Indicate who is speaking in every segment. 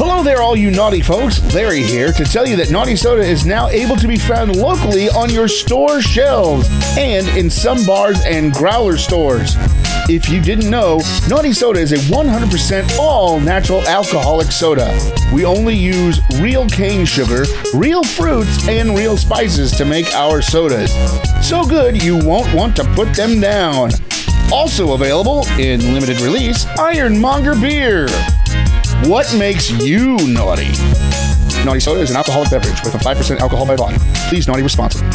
Speaker 1: Hello there, all you naughty folks. Larry here to tell you that Naughty Soda is now able to be found locally on your store shelves and in some bars and growler stores. If you didn't know, Naughty Soda is a 100% all natural alcoholic soda. We only use real cane sugar, real fruits, and real spices to make our sodas. So good, you won't want to put them down. Also available in limited release, Ironmonger Beer. What makes you naughty? Naughty soda is an alcoholic beverage with a 5% alcohol by volume. Please naughty responsibly.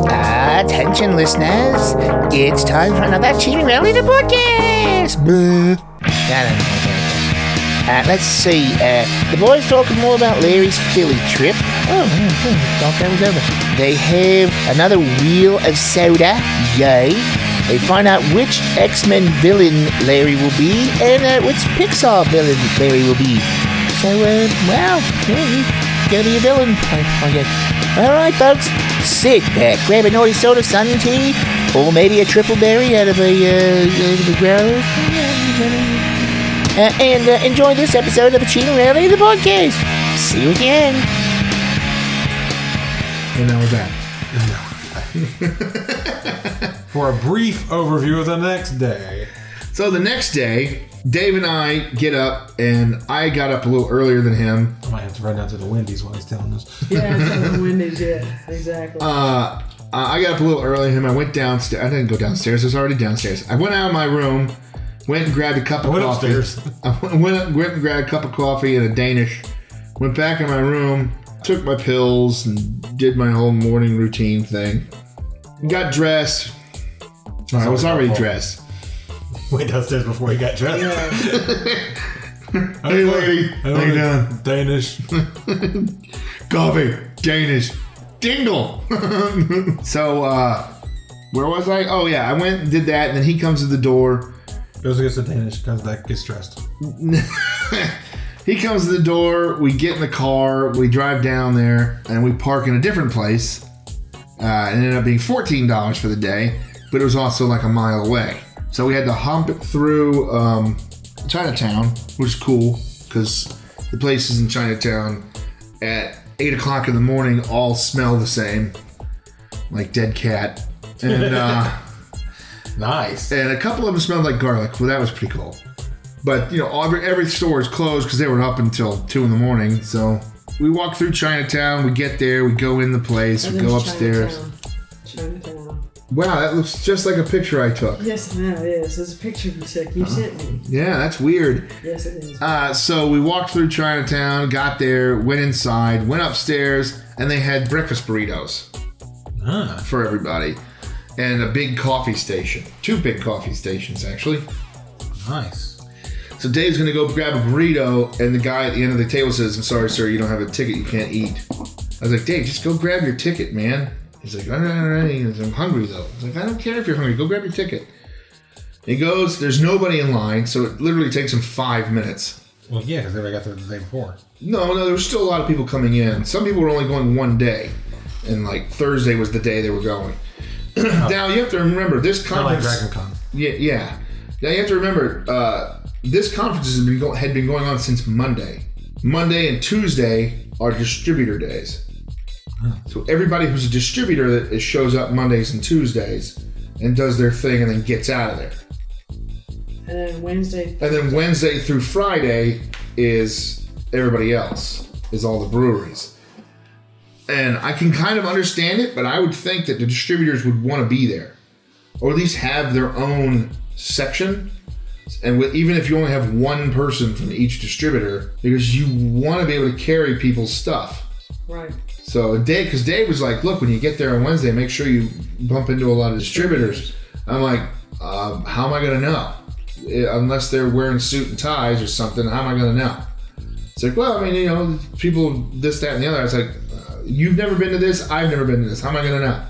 Speaker 2: Uh, Attention, listeners. It's time for another Cheating Rally the Podcast. Bleh. I don't know. Uh, let's see. Uh, the boys talking more about Larry's Philly trip. Oh, hmm, hmm, thought that was over. They have another wheel of soda. Yay. They find out which X Men villain Larry will be and uh, which Pixar villain Larry will be. So, uh, well, yeah, go to your villain, I, I guess. All right, folks, sit back, grab a naughty soda, sun and tea, or maybe a triple berry out of a, uh, out of a growler. Uh, and uh, enjoy this episode of the Cheating Rally the Podcast. See you again.
Speaker 3: And now we're back. For a brief overview of the next day.
Speaker 4: So the next day, Dave and I get up, and I got up a little earlier than him.
Speaker 3: I might have to run out to the Wendy's while he's telling us.
Speaker 5: Yeah, it's the Wendy's, yeah, exactly.
Speaker 4: Uh, I got up a little earlier than him. I went downstairs. I didn't go downstairs. I was already downstairs. I went out of my room, went and grabbed a cup of
Speaker 3: I went
Speaker 4: coffee.
Speaker 3: upstairs.
Speaker 4: I went, went up- went and grabbed a cup of coffee and a Danish. Went back in my room, took my pills, and did my whole morning routine thing. Got dressed. I was already dressed.
Speaker 3: Went downstairs before he got dressed.
Speaker 4: Hey, lady.
Speaker 3: I
Speaker 4: How you doing?
Speaker 3: ordered Danish.
Speaker 4: Coffee, Danish, Dingle. so, uh, where was I? Oh, yeah, I went and did that, and then he comes to the door.
Speaker 3: Goes against the Danish, comes back, gets dressed.
Speaker 4: He comes to the door, we get in the car, we drive down there, and we park in a different place. Uh, it ended up being $14 for the day, but it was also like a mile away. So we had to hump it through um, Chinatown, which is cool because the places in Chinatown at 8 o'clock in the morning all smell the same, like dead cat. And, uh,
Speaker 3: Nice.
Speaker 4: and a couple of them smelled like garlic. Well, that was pretty cool. But you know, all- every, every store is closed because they were up until two in the morning. So we walk through Chinatown. We get there. We go in the place.
Speaker 5: And
Speaker 4: we
Speaker 5: then
Speaker 4: go upstairs.
Speaker 5: Chinatown. Chinatown.
Speaker 4: Wow, that looks just like a picture I took.
Speaker 5: Yes, no, yes. There's a picture you took. You sent me.
Speaker 4: Yeah, that's weird.
Speaker 5: Yes, it is.
Speaker 4: Uh, so we walked through Chinatown, got there, went inside, went upstairs, and they had breakfast burritos
Speaker 3: Ah,
Speaker 4: for everybody, and a big coffee station. Two big coffee stations actually.
Speaker 3: nice.
Speaker 4: So Dave's gonna go grab a burrito, and the guy at the end of the table says, "I'm sorry, sir, you don't have a ticket. You can't eat." I was like, "Dave, just go grab your ticket, man." He's like, "All right, all right." He goes, "I'm hungry though." I was like, "I don't care if you're hungry. Go grab your ticket." He goes, "There's nobody in line, so it literally takes him five minutes."
Speaker 3: Well, yeah, because everybody got there the day before.
Speaker 4: No, no, there was still a lot of people coming in. Some people were only going one day, and like Thursday was the day they were going. now you have to remember this
Speaker 3: Not like
Speaker 4: conference.
Speaker 3: Dragon Con.
Speaker 4: Yeah, yeah. Now you have to remember, uh, this conference has been go- had been going on since Monday. Monday and Tuesday are distributor days. So everybody who's a distributor that is- shows up Mondays and Tuesdays and does their thing and then gets out of there.
Speaker 5: and then Wednesday.
Speaker 4: And then Wednesday through Friday is everybody else, is all the breweries. And I can kind of understand it, but I would think that the distributors would want to be there or at least have their own section. And with, even if you only have one person from each distributor, because you want to be able to carry people's stuff.
Speaker 5: Right.
Speaker 4: So Dave, because Dave was like, "Look, when you get there on Wednesday, make sure you bump into a lot of distributors." I'm like, um, "How am I gonna know? Eh, Unless they're wearing suit and ties or something, how am I gonna know?" It's like, "Well, I mean, you know, people this, that, and the other." I was like, uh, "You've never been to this. I've never been to this. How am I gonna know?"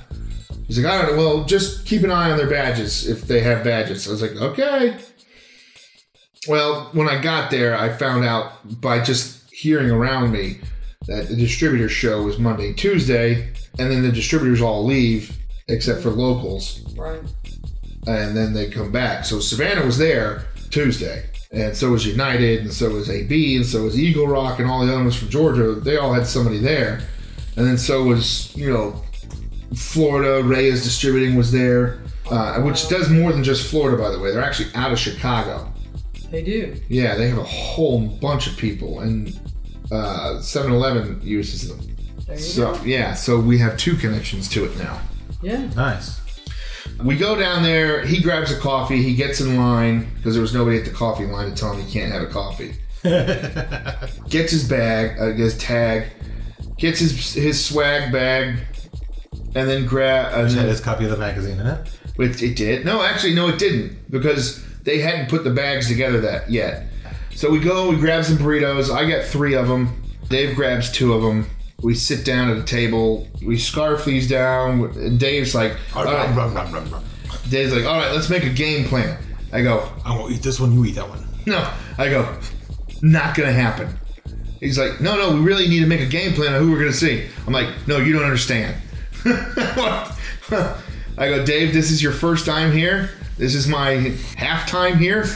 Speaker 4: He's like, "I don't know. Well, just keep an eye on their badges if they have badges." I was like, "Okay." Well, when I got there, I found out by just hearing around me that the distributor show was Monday, Tuesday, and then the distributors all leave except for locals,
Speaker 5: Right.
Speaker 4: and then they come back. So Savannah was there Tuesday, and so was United, and so was AB, and so was Eagle Rock, and all the other ones from Georgia. They all had somebody there, and then so was you know Florida. Reyes Distributing was there, uh, which does more than just Florida, by the way. They're actually out of Chicago.
Speaker 5: They do.
Speaker 4: Yeah, they have a whole bunch of people, and uh, 7-Eleven uses them.
Speaker 5: There you
Speaker 4: So
Speaker 5: go.
Speaker 4: yeah, so we have two connections to it now.
Speaker 5: Yeah.
Speaker 3: Nice.
Speaker 4: We go down there. He grabs a coffee. He gets in line because there was nobody at the coffee line to tell him he can't have a coffee. gets his bag, uh, his tag, gets his his swag bag, and then grab. And
Speaker 3: Which had
Speaker 4: then,
Speaker 3: his copy of the magazine in it.
Speaker 4: It, it did. No, actually, no, it didn't because they hadn't put the bags together that yet. So we go, we grab some burritos. I got three of them. Dave grabs two of them. We sit down at a table. We scarf these down. And Dave's like, all
Speaker 3: Rum,
Speaker 4: right.
Speaker 3: rum, rum, rum, rum.
Speaker 4: Dave's like, all right, let's make a game plan. I go,
Speaker 3: I'm gonna eat this one. You eat that one.
Speaker 4: no. I go, not gonna happen. He's like, no, no, we really need to make a game plan on who we're gonna see. I'm like, no, you don't understand. I go, Dave, this is your first time here. This is my halftime here.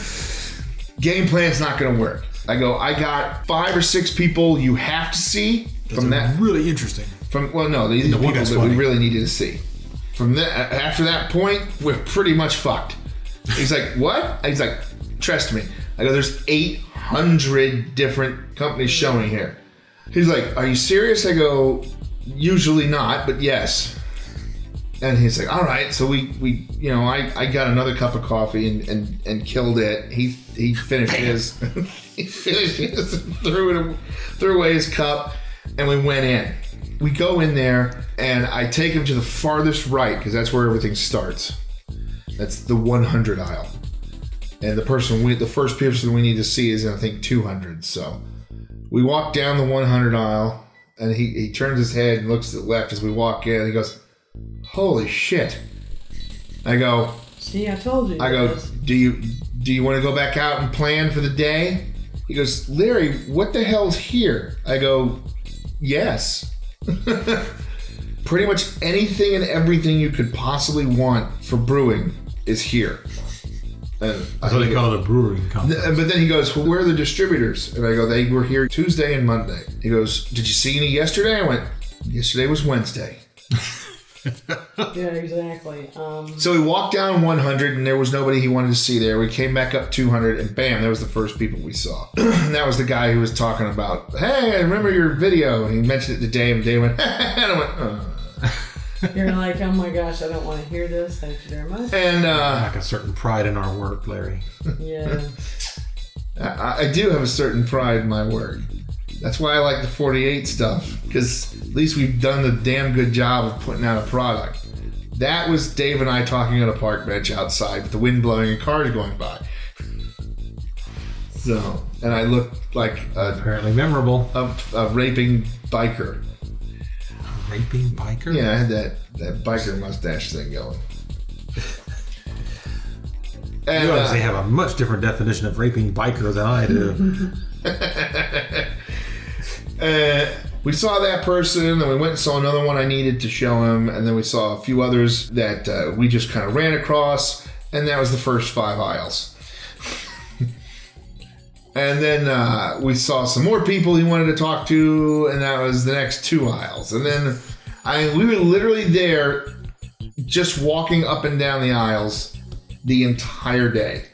Speaker 4: Game plan's not gonna work. I go, I got five or six people you have to see from that
Speaker 3: really interesting.
Speaker 4: from well, no, these are
Speaker 3: one
Speaker 4: people
Speaker 3: guy's
Speaker 4: that
Speaker 3: funny.
Speaker 4: we really needed to see. From that, after that point, we're pretty much fucked. He's like, what? He's like, trust me. I go, there's 800 different companies showing here. He's like, are you serious? I go, usually not, but yes. And he's like, all right. So we, we you know, I, I got another cup of coffee and, and, and killed it. He he finished his, he finished his, threw it, threw away his cup, and we went in. We go in there, and I take him to the farthest right because that's where everything starts. That's the 100 aisle, and the person we, the first person we need to see is I think 200. So we walk down the 100 aisle, and he he turns his head and looks to the left as we walk in. And he goes, "Holy shit!" I go,
Speaker 5: See, I told you.
Speaker 4: I go,
Speaker 5: guys.
Speaker 4: do you do you want to go back out and plan for the day? He goes, Larry, what the hell's here? I go, yes. Pretty much anything and everything you could possibly want for brewing is here. And I
Speaker 3: That's what they call it a brewing company.
Speaker 4: Th- But then he goes, well, where are the distributors? And I go, they were here Tuesday and Monday. He goes, did you see any yesterday? I went, yesterday was Wednesday.
Speaker 5: Yeah, exactly. Um,
Speaker 4: So we walked down 100, and there was nobody he wanted to see there. We came back up 200, and bam, that was the first people we saw. and that was the guy who was talking about, hey, I remember your video. And he mentioned it to Dave, and Dave went, and I went, "Uh."
Speaker 5: you're like, oh my gosh, I don't want to hear this. Thank you very much.
Speaker 4: And uh,
Speaker 3: Like a certain pride in our work, Larry.
Speaker 5: Yeah.
Speaker 4: I, I do have a certain pride in my work. That's why I like the 48 stuff, because at least we've done the damn good job of putting out a product. That was Dave and I talking on a park bench outside with the wind blowing and cars going by. So, and I looked like a
Speaker 3: Apparently memorable.
Speaker 4: a, a raping biker.
Speaker 3: Raping biker.
Speaker 4: Yeah, I had that, that biker mustache thing going. And
Speaker 3: You
Speaker 4: uh,
Speaker 3: obviously have a much different definition of raping biker than I do.
Speaker 4: uh, we saw that person, then we went and saw another one I needed to show him, and then we saw a few others that uh, we just kind of ran across, and that was the first five aisles. and then uh, we saw some more people he wanted to talk to, and that was the next two aisles. And then I we were literally there, just walking up and down the aisles the entire day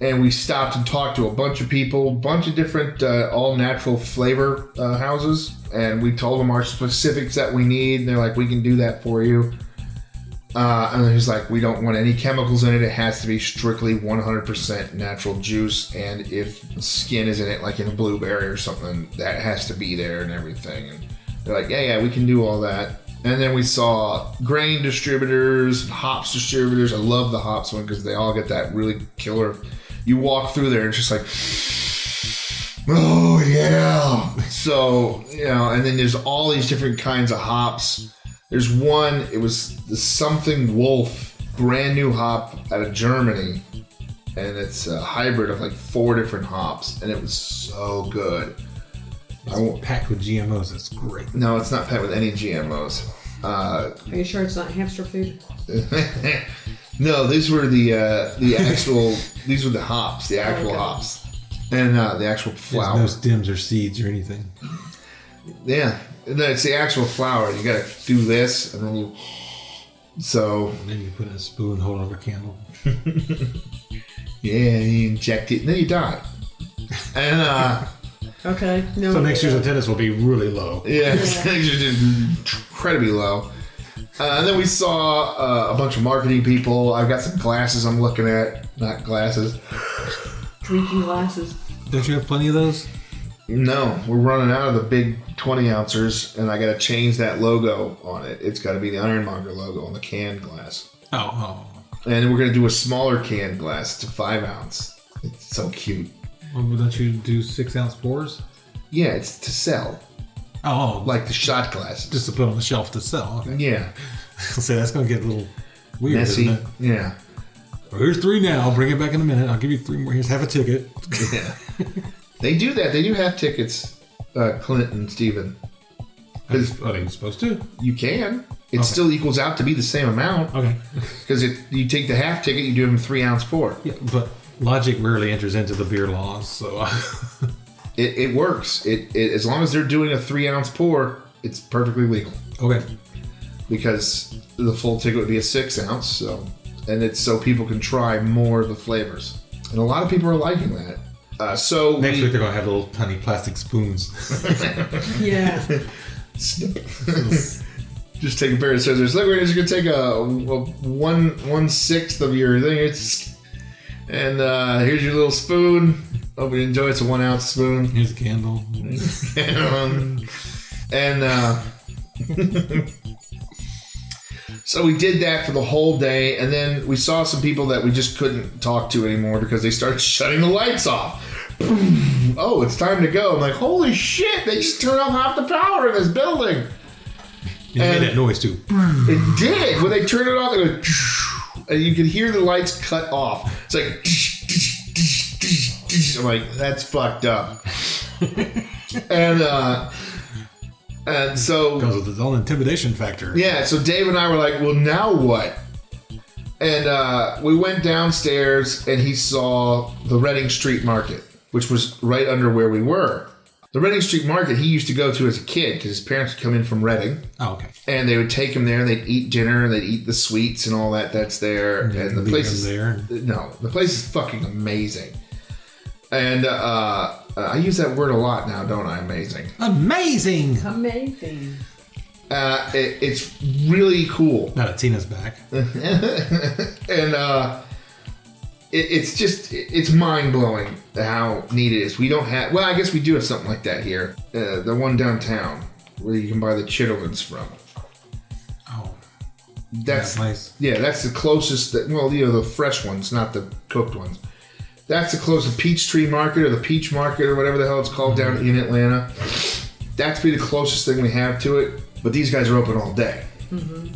Speaker 4: and we stopped and talked to a bunch of people, bunch of different uh, all natural flavor uh, houses, and we told them our specifics that we need. And they're like, "We can do that for you." Uh, and he's like, "We don't want any chemicals in it. It has to be strictly 100% natural juice. And if skin is in it, like in a blueberry or something, that has to be there and everything." And they're like, "Yeah, yeah, we can do all that." And then we saw grain distributors, hops distributors. I love the hops one because they all get that really killer. You walk through there and it's just like, oh yeah. So you know, and then there's all these different kinds of hops. There's one. It was the something wolf, brand new hop out of Germany, and it's a hybrid of like four different hops, and it was so good. I won't,
Speaker 3: Packed with GMOs, it's great.
Speaker 4: no, it's not pet with any GMOs. Uh,
Speaker 5: Are you sure it's not hamster food?
Speaker 4: no, these were the uh, the actual these were the hops, the actual
Speaker 5: Okay.
Speaker 4: hops, and uh, the actual
Speaker 3: There's
Speaker 4: flour.
Speaker 3: no stems or seeds or anything.
Speaker 4: Yeah, no, it's the actual flour. You got to do this, and then you. So
Speaker 3: And then you put in a spoon, hold over a candle.
Speaker 4: yeah, you inject it, and then you die. And uh,
Speaker 5: Okay. No.
Speaker 3: So next year's attendance will be really low.
Speaker 4: yeah, it's just incredibly low. Uh, and then we saw uh, a bunch of marketing people. I've got some glasses I'm looking at, not glasses.
Speaker 5: drinking glasses.
Speaker 3: Don't you have plenty of those?
Speaker 4: No, we're running out of the big 20 ouncers, and I got to change that logo on it. It's got to be the Ironmonger logo on the canned glass.
Speaker 3: Oh, oh.
Speaker 4: And we're going to do a smaller canned glass. It's a five ounce. It's so cute.
Speaker 3: Well, don't you do six ounce pours?
Speaker 4: Yeah, it's to sell,
Speaker 3: Oh, like
Speaker 4: like the shot glasses.
Speaker 3: just to put on the shelf to sell. Okay.
Speaker 4: Yeah,
Speaker 3: so that's gonna get a little weird,
Speaker 4: messy.
Speaker 3: isn't it?
Speaker 4: Yeah,
Speaker 3: Well, here's three now. I'll bring it back in a minute. I'll give you three more. Here's half a ticket.
Speaker 4: yeah. they do that. They do have tickets, uh, Clint and Steven. 'Cause
Speaker 3: Are you supposed to?
Speaker 4: you can. It
Speaker 3: Okay.
Speaker 4: still equals out to be the same amount
Speaker 3: Okay.
Speaker 4: because if you take the half ticket, you do them three ounce pour.
Speaker 3: Yeah, but logic rarely enters into the beer laws, so uh,
Speaker 4: It, it works. It, it as long as they're doing a three ounce pour, it's perfectly legal.
Speaker 3: okay.
Speaker 4: because the full ticket would be a six ounce. So, and it's so people can try more of the flavors, and a lot of people are liking that. Uh, so
Speaker 3: Next
Speaker 4: we-
Speaker 3: week they're gonna have little tiny plastic spoons.
Speaker 5: Yeah.
Speaker 4: snip. just take a pair of scissors. Look, we're just gonna take a, a one one sixth of your thing. It's and uh, here's your little spoon. Hope you enjoy. It's a one ounce spoon.
Speaker 3: Here's a candle.
Speaker 4: and uh, so we did that for the whole day, and then we saw some people that we just couldn't talk to anymore because they started shutting the lights off. oh, it's time to go. I'm like, holy shit! They just turned off half the power in this building.
Speaker 3: You made
Speaker 4: And-
Speaker 3: that noise too.
Speaker 4: It did. When they turned it off, it went, and you could hear the lights cut off. It's like, I'm like, that's fucked up. and uh, and so
Speaker 3: Because of the all intimidation factor.
Speaker 4: yeah, so Dave and I were like, well, now what? And uh, we went downstairs, and he saw the Reading Street Market, which was right under where we were. The Reading Street Market he used to go to as a kid because his parents would come in from Reading
Speaker 3: Oh, okay.
Speaker 4: and they would take him there and they'd eat dinner and they'd eat the sweets and all that that's there and the
Speaker 3: leave
Speaker 4: place
Speaker 3: him
Speaker 4: is
Speaker 3: there.
Speaker 4: no the place is fucking amazing and uh i use that word a lot now don't i amazing
Speaker 3: Amazing!
Speaker 5: Amazing.
Speaker 4: uh it, it's really cool
Speaker 3: Now that Tina's back.
Speaker 4: and uh it, it's just it- it's mind-blowing how neat it is we don't have well i guess we do have something like that here uh, the one downtown where you can buy the chitterlings from
Speaker 3: Oh,
Speaker 4: that's
Speaker 3: that's nice.
Speaker 4: Yeah, that's the closest. That, well, you know, the fresh ones, not the cooked ones. That's the closest peach tree market or the peach market or whatever the hell it's called down in Atlanta. That's be the closest thing we have to it. But these guys are open all day, and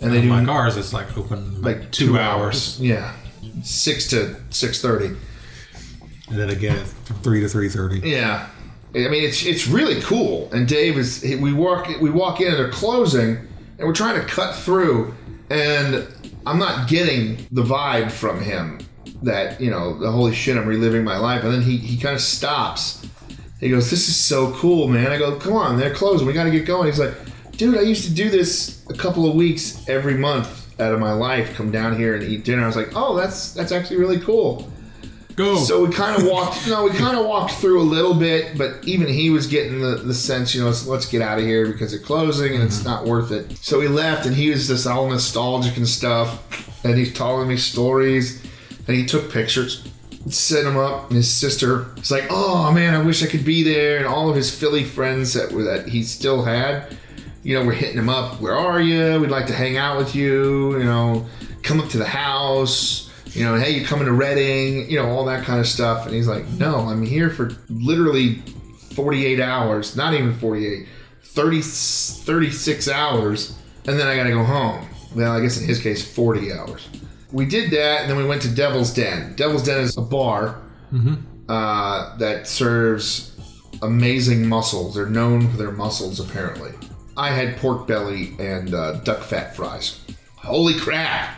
Speaker 4: they do
Speaker 3: Like ours, it's like open
Speaker 4: like
Speaker 3: two, hours.
Speaker 4: Yeah, six to six thirty.
Speaker 3: and then again it's from three to three thirty.
Speaker 4: Yeah, I mean it's it's really cool. And Dave is we walk we walk in and they're closing, and we're trying to cut through, and I'm not getting the vibe from him that you know the holy shit I'm reliving my life. And then he he kind of stops. He goes, "This is so cool, man." I go, "Come on, they're closing. We got to get going." He's like, "Dude, I used to do this a couple of weeks every month." out of my life come down here and eat dinner i was like oh that's that's actually really cool
Speaker 3: Go.
Speaker 4: so we kind of walked. no, we kind of walked through a little bit, but even he was getting the, the sense, you know, let's, let's get out of here because it's closing and it's not worth it. So we left, and he was just all nostalgic and stuff, and he's telling me stories, and he took pictures, sent them up. And his sister was like, "Oh man, I wish I could be there." And all of his Philly friends that were that he still had, you know, we're hitting him up. Where are you? We'd like to hang out with you. You know, come up to the house. You know, hey, you coming to Reading? You know, all that kind of stuff. And he's like, no, I'm here for literally 48 hours, not even 48, 30, 36 hours, and then I got to go home. Well, I guess in his case, 40 hours. we did that, and then we went to Devil's Den. Devil's Den is a bar uh, that serves amazing mussels. They're known for their mussels, apparently. I had pork belly and uh, duck fat fries. Holy crap!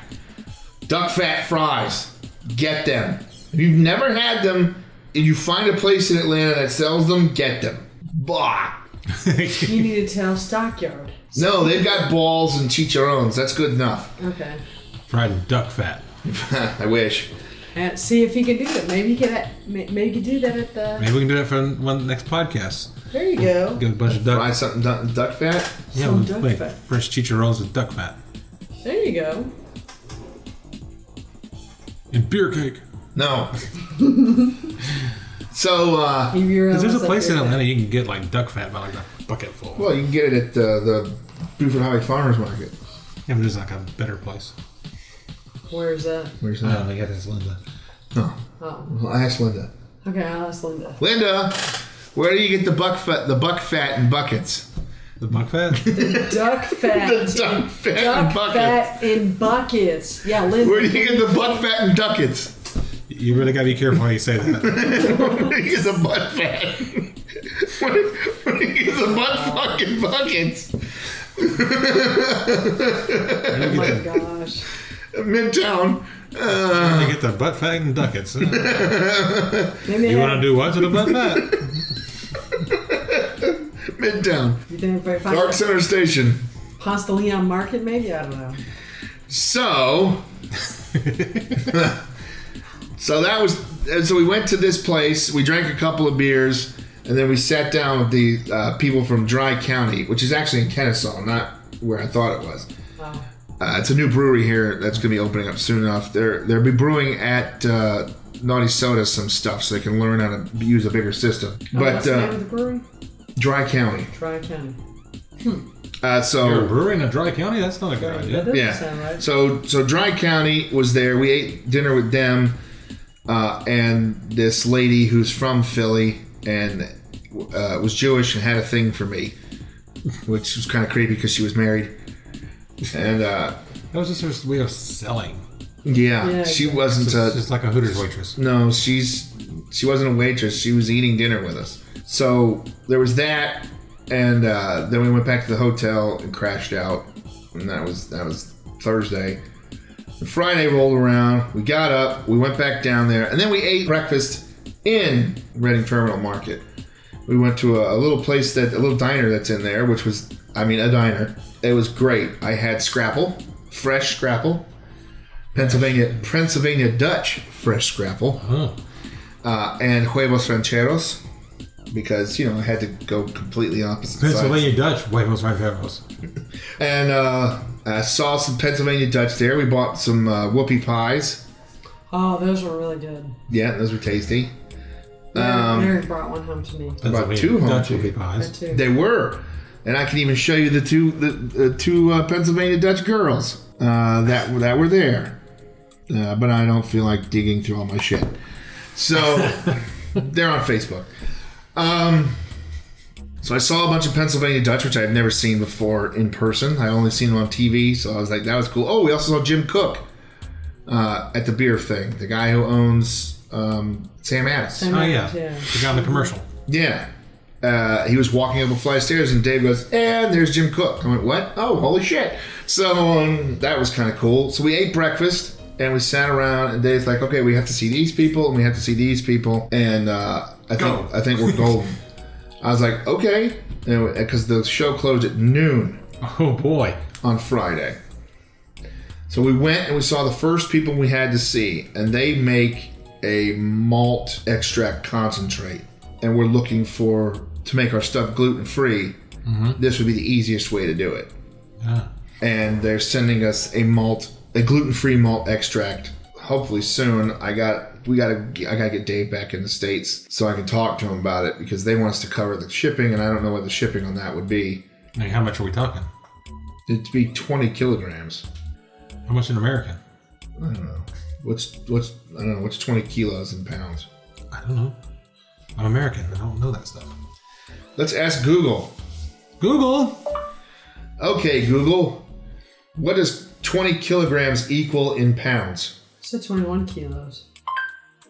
Speaker 4: Duck fat fries. Get them. If you've never had them, and you find a place in Atlanta that sells them, get them. Bah!
Speaker 5: You need to tell Stockyard.
Speaker 4: No, they've got balls and chicharrones. That's good enough.
Speaker 5: Okay.
Speaker 3: Fried in duck fat.
Speaker 4: I wish.
Speaker 5: And see if he can do that. Maybe he can. at- may- Maybe he can do that at the.
Speaker 3: Maybe we can do that for one next podcast.
Speaker 5: There you go.
Speaker 3: Get a bunch of duck.
Speaker 4: Fry something duck, duck fat.
Speaker 3: yeah,
Speaker 5: some
Speaker 3: with,
Speaker 5: duck
Speaker 3: like
Speaker 5: fat.
Speaker 3: fresh chicharrones with duck fat
Speaker 5: There you go.
Speaker 3: and beer cake.
Speaker 4: No. so, uh,
Speaker 5: Leave your
Speaker 3: Because there's
Speaker 5: elbows
Speaker 3: a
Speaker 5: up
Speaker 3: place in
Speaker 5: your
Speaker 3: Atlanta you can get like duck fat by like a bucket full.
Speaker 4: well, you can get it at uh, the Buford Highway Farmers Market.
Speaker 3: Yeah, but there's like a better place.
Speaker 5: butt. Where's that?
Speaker 4: Where's
Speaker 3: I
Speaker 4: that?
Speaker 3: don't think that's Oh, Linda.
Speaker 4: No.
Speaker 5: Oh.
Speaker 4: Well, ask Linda.
Speaker 5: Okay, I'll ask Linda.
Speaker 4: Linda, where do you get the buck fat, the buck fat in buckets?
Speaker 3: The buck fat?
Speaker 5: Duck fat.
Speaker 4: The duck fat in
Speaker 5: Duck
Speaker 4: buckets.
Speaker 5: fat in buckets. Yeah, Linda.
Speaker 4: Where do you get the buck fat in duckets?
Speaker 3: you really gotta be careful how you say that.
Speaker 4: Where do you get the butt fat? Where, where do you get the butt fucking buckets?
Speaker 5: Oh my gosh.
Speaker 4: Midtown. Uh,
Speaker 3: You get the butt fat and ducats. You
Speaker 5: Maybe they
Speaker 3: wanna
Speaker 5: have-
Speaker 3: do what to the butt fat?
Speaker 4: Midtown.
Speaker 5: You think if I find
Speaker 4: Dark Center Station.
Speaker 5: Pasta Leon Market, maybe? I don't know.
Speaker 4: So, so that was. And so we went to this place. We drank a couple of beers, and then we sat down with the uh, people from Dry County, which is actually in Kennesaw, not where I thought it was.
Speaker 5: Wow.
Speaker 4: Uh, it's a new brewery here that's going to be opening up soon enough. They're they'll be brewing at uh, Naughty Soda some stuff so they can learn how to use a bigger system.
Speaker 5: What's
Speaker 4: But
Speaker 5: the name
Speaker 4: uh,
Speaker 5: of the brewery?
Speaker 4: Dry County.
Speaker 5: Tri County.
Speaker 4: Uh, so
Speaker 3: You're a brewery in a dry county? That's not a good idea.
Speaker 5: Doesn't
Speaker 4: yeah.
Speaker 5: sound right.
Speaker 4: So so Dry County was there. We ate dinner with them, uh, and this lady who's from Philly and uh, was Jewish and had a thing for me, which was kind of creepy because she was married. And uh,
Speaker 3: That was just her way of selling.
Speaker 4: yeah,
Speaker 5: Yeah,
Speaker 4: she
Speaker 5: yeah.
Speaker 4: wasn't.
Speaker 3: It's
Speaker 4: Uh,
Speaker 3: just like a Hooters waitress.
Speaker 4: no, she's she wasn't a waitress. She was eating dinner with us. So there was that, and uh, then we went back to the hotel and crashed out, and that was that was Thursday. And Friday rolled around. We got up. We went back down there, and then we ate breakfast in Reading Terminal Market. We went to a, a little place that a little diner that's in there, which was I mean a diner. It was great. I had scrapple, fresh scrapple. Pennsylvania Pennsylvania Dutch fresh scrapple
Speaker 3: Huh.
Speaker 4: uh, and huevos rancheros because you know I had to go completely opposite sides.
Speaker 3: Pennsylvania Dutch huevos rancheros.
Speaker 4: And uh, I saw some Pennsylvania Dutch there. We bought some uh, whoopie pies.
Speaker 5: Oh, those were really good.
Speaker 4: Yeah, those were tasty. Um,
Speaker 5: Mary, Mary brought one home to me.
Speaker 3: Pennsylvania
Speaker 4: two home
Speaker 3: Dutch
Speaker 4: to you.
Speaker 3: whoopie
Speaker 5: That
Speaker 3: pies.
Speaker 5: too.
Speaker 4: They were, and I can even show you the two the, the two uh, Pennsylvania Dutch girls uh, that that were there. Uh, but I don't feel like digging through all my shit, so they're on Facebook. Um, so I saw a bunch of Pennsylvania Dutch, which I've never seen before in person. I only seen them on TV, so I was like, that was cool. Oh, we also saw Jim Cook uh, at the beer thing, the guy who owns um, Sam Adams.
Speaker 5: Same
Speaker 3: Oh
Speaker 5: as-
Speaker 3: yeah, the guy in the commercial.
Speaker 4: Yeah. Uh, he was walking up a flight of stairs, and Dave goes, "And there's Jim Cook." I went, "What? Oh, holy shit!" So um, that was kind of cool. So we ate breakfast, and we sat around, and Dave's like, "Okay, we have to see these people, and we have to see these people, and uh, I
Speaker 3: Go.
Speaker 4: think I think we're golden." I was like, "Okay," because the show closed at noon
Speaker 3: Oh boy.
Speaker 4: on Friday. So we went and we saw the first people we had to see, and they make a malt extract concentrate. And we're looking for to make our stuff gluten free. This would be the easiest way to do it.
Speaker 3: Yeah.
Speaker 4: And they're sending us a malt, a gluten free malt extract. Hopefully soon. I got we gotta I gotta get Dave back in the states so I can talk to him about it because they want us to cover the shipping, and I don't know what the shipping on that would be.
Speaker 3: Like, how much are we talking?
Speaker 4: It'd be twenty kilograms.
Speaker 3: How much in America?
Speaker 4: I don't know. Uh, What's what's I don't know. What's twenty kilos in pounds?
Speaker 3: I don't know. I'm American. I don't know that stuff.
Speaker 4: Let's ask Google.
Speaker 3: Google.
Speaker 4: Okay, Google, what does 20 kilograms equal in pounds.
Speaker 5: So 21 kilos.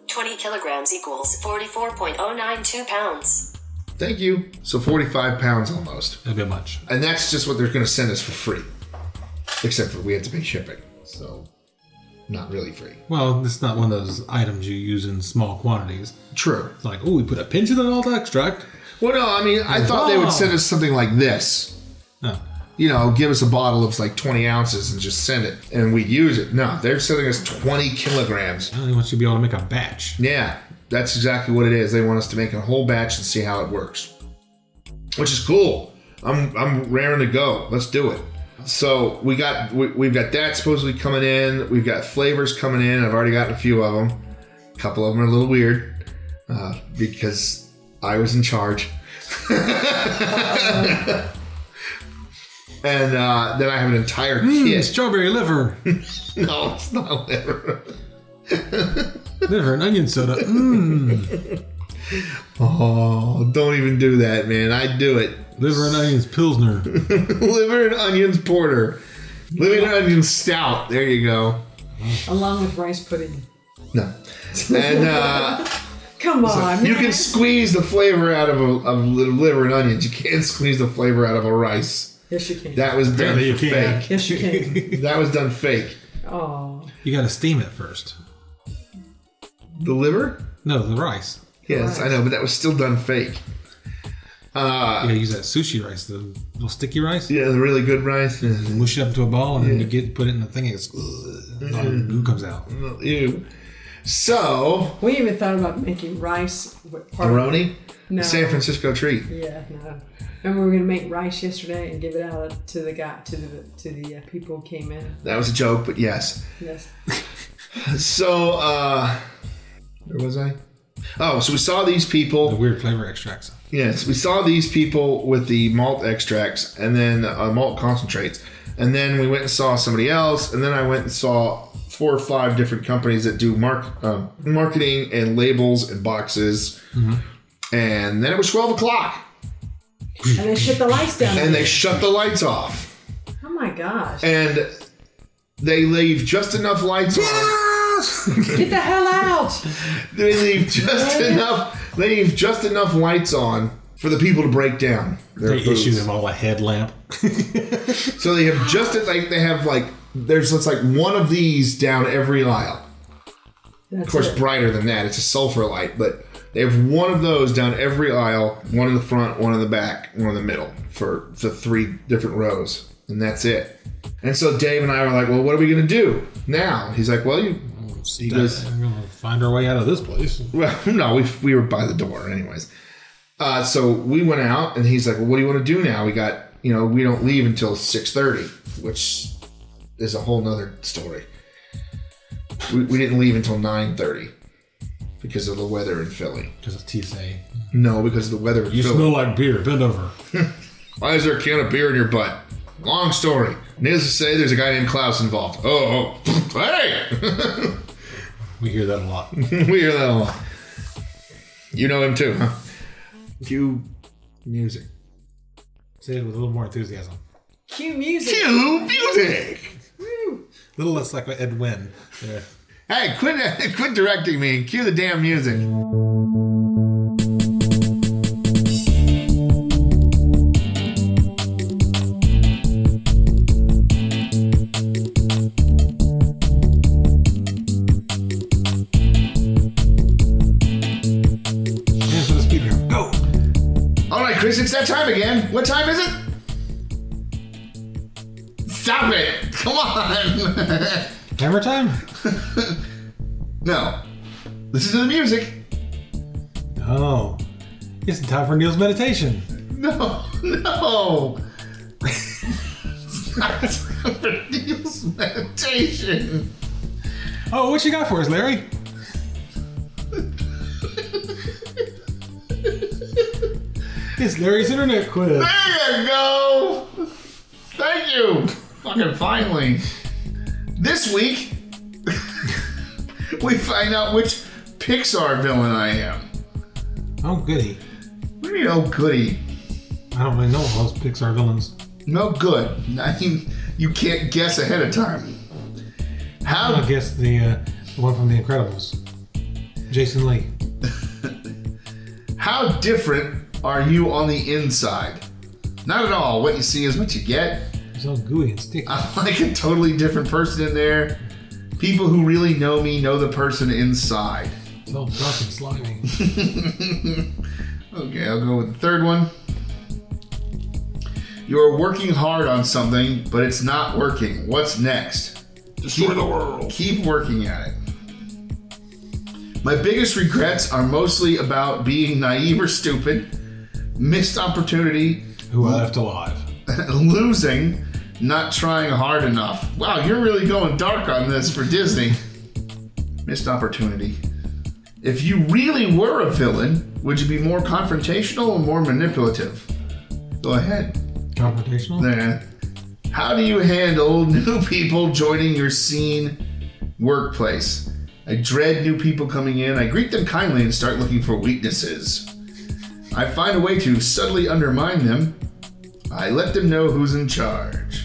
Speaker 6: 20 kilograms equals 44.092 pounds.
Speaker 4: Thank you. So 45 pounds almost.
Speaker 3: That'd be much.
Speaker 4: And that's just what they're going to send us for free. Except for we have to pay shipping. So, not really free.
Speaker 3: Well, it's not one of those items you use in small quantities.
Speaker 4: True.
Speaker 3: It's like, oh, we put a pinch of the malt extract.
Speaker 4: Well, no, I mean, I thought they would send us something like this.
Speaker 3: No.
Speaker 4: You know, give us a bottle of like 20 ounces and just send it and we'd use it. No, they're sending us 20 kilograms.
Speaker 3: I want you to be able to make a batch.
Speaker 4: Yeah, that's exactly what it is. They want us to make a whole batch and see how it works, which is cool. I'm I'm raring to go. Let's do it. So we got we, we've got that supposedly coming in. We've got flavors coming in. I've already gotten a few of them. A couple of them are a little weird uh, because I was in charge. and uh, then I have an entire
Speaker 3: Mm,
Speaker 4: kit.
Speaker 3: Strawberry liver,
Speaker 4: No, it's not liver.
Speaker 3: liver and onion soda. Mm,
Speaker 4: Oh, don't even do that, man. I do it.
Speaker 3: liver and onions pilsner.
Speaker 4: Liver and onions porter. Liver and onions stout. There you go.
Speaker 5: Along with rice pudding.
Speaker 4: No. And uh,
Speaker 5: Come on.
Speaker 4: you can squeeze the flavor out of, a, of li- liver and onions. You can't squeeze the flavor out of a rice.
Speaker 5: Yes, you can.
Speaker 4: That was done
Speaker 3: Apparently you can.
Speaker 4: fake.
Speaker 5: yes, you can.
Speaker 4: That was done fake.
Speaker 5: oh.
Speaker 3: You got to steam it first.
Speaker 4: The liver?
Speaker 3: No, the rice.
Speaker 4: Yes, I know, but that was still done fake.
Speaker 3: You got to use that sushi rice, the little sticky rice.
Speaker 4: Yeah, the really good rice.
Speaker 3: Mush it up into a ball, and then you get put it in the thing. And it's ugh, all the goo comes out.
Speaker 4: Mm. Ew. So,
Speaker 5: We even thought about making rice. with part-
Speaker 4: Aroni,
Speaker 5: No.
Speaker 4: San Francisco treat.
Speaker 5: Yeah, no. And we were gonna make rice yesterday and give it out to the guy to the to the uh, people who came in.
Speaker 4: That was a joke, but yes.
Speaker 5: Yes.
Speaker 4: So, uh, where was I? Oh, so we saw these
Speaker 3: The
Speaker 4: people.
Speaker 3: weird flavor extracts.
Speaker 4: Yes, we saw these people with the malt extracts and then uh, malt concentrates. And then we went and saw somebody else. And then I went and saw four or five different companies that do mark, um, marketing and labels and boxes.
Speaker 3: Mm-hmm.
Speaker 4: And then it was 12 o'clock
Speaker 5: And they shut the lights down.
Speaker 4: and they shut the lights off.
Speaker 5: oh my gosh!
Speaker 4: And they leave just enough lights on.
Speaker 5: Get the hell out!
Speaker 4: They leave just enough. They leave just enough lights on for the people to break down. Their
Speaker 3: They issue
Speaker 4: booths.
Speaker 3: them all a headlamp.
Speaker 4: So they have just like they have like there's it's like one of these down every aisle.
Speaker 5: That's
Speaker 4: Of course,
Speaker 5: it.
Speaker 4: brighter than that. It's a sulfur light, but they have one of those down every aisle. One in the front, one in the back, one in the middle for the three different rows, and that's it. And so Dave and I were like, "Well, what are we gonna do now?" He's like, "Well, you
Speaker 3: We're
Speaker 4: goes-
Speaker 3: gonna find our way out of this place.
Speaker 4: Well, no, we, we were by the door, anyways. Uh, so we went out, and he's like, "Well, what do you want to do now? We got, you know, we don't leave until six thirty, which is a whole nother story. We, we didn't leave until nine thirty because of the weather in Philly.
Speaker 3: Because it's TSA.
Speaker 4: No, because of the weather in
Speaker 3: You
Speaker 4: Philly.
Speaker 3: smell like beer. Bend over.
Speaker 4: Why is there a can of beer in your butt? Long story. Needless to say, there's a guy named Klaus involved. Oh, oh. hey,
Speaker 3: We hear that a lot.
Speaker 4: we hear that a lot. You know him too, huh? Cue music.
Speaker 3: Say it with a little more enthusiasm.
Speaker 5: Cue music.
Speaker 4: Cue music.
Speaker 3: A little less like Ed Wynn. Yeah.
Speaker 4: Hey, quit quit directing me and cue the damn music.
Speaker 3: And for the speed round. Go!
Speaker 4: All right, Chris, it's that time again. What time is it? Stop it! Come on.
Speaker 3: Hammer time?
Speaker 4: no, listen to the music.
Speaker 3: Oh. It's time for Neil's meditation.
Speaker 4: No, no. Neil's meditation.
Speaker 3: Oh, what you got for us, Larry? it's Larry's internet quiz.
Speaker 4: There you go. Thank you. Fucking finally. This week, we find out which Pixar villain I am.
Speaker 3: Oh, goody.
Speaker 4: What do you mean, oh goody?
Speaker 3: I don't really know all those Pixar villains.
Speaker 4: No good. I mean, you can't guess ahead of time.
Speaker 3: I
Speaker 4: How?
Speaker 3: guess the uh, one from The Incredibles, Jason Lee.
Speaker 4: How different are you on the inside? Not at all. What you see is what you get.
Speaker 3: It's all gooey and sticky.
Speaker 4: I'm like a totally different person in there. People who really know me know the person inside.
Speaker 3: It's all dark and slimy.
Speaker 4: Okay, I'll go with the third one. You're working hard on something, but it's not working. What's next? Destroy the world. Keep working at it. My biggest regrets are mostly about being naive or stupid, missed opportunity,
Speaker 3: Who I left alive.
Speaker 4: losing, not trying hard enough. Wow, you're really going dark on this for Disney. Missed opportunity. If you really were a villain, would you be more confrontational or more manipulative? Go ahead.
Speaker 3: Confrontational?
Speaker 4: Nah. How do you handle new people joining your scene workplace? I dread new people coming in. I greet them kindly and start looking for weaknesses. I find a way to subtly undermine them. I let them know who's in charge.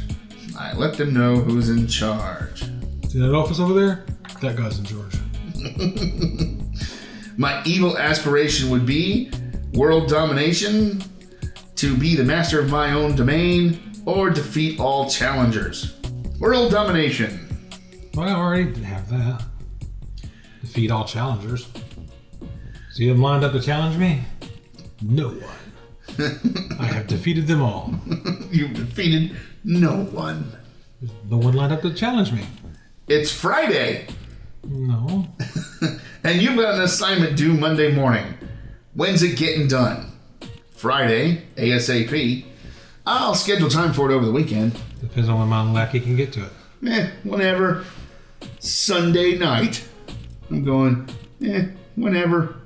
Speaker 4: I let them know who's in charge.
Speaker 3: See that office over there? That guy's in Georgia.
Speaker 4: My evil aspiration would be world domination, to be the master of my own domain, or defeat all challengers. World domination.
Speaker 3: Well, I already have that. Defeat all challengers. See them lined up to challenge me? No one. I have defeated them all.
Speaker 4: You've defeated no one.
Speaker 3: No one lined up to challenge me.
Speaker 4: It's Friday,
Speaker 3: No.
Speaker 4: and you've got an assignment due Monday morning. When's it getting done? Friday, ASAP. I'll schedule time for it over the weekend.
Speaker 3: Depends on when my lackey can get to it.
Speaker 4: Eh, whenever. Sunday night. I'm going, eh, whenever.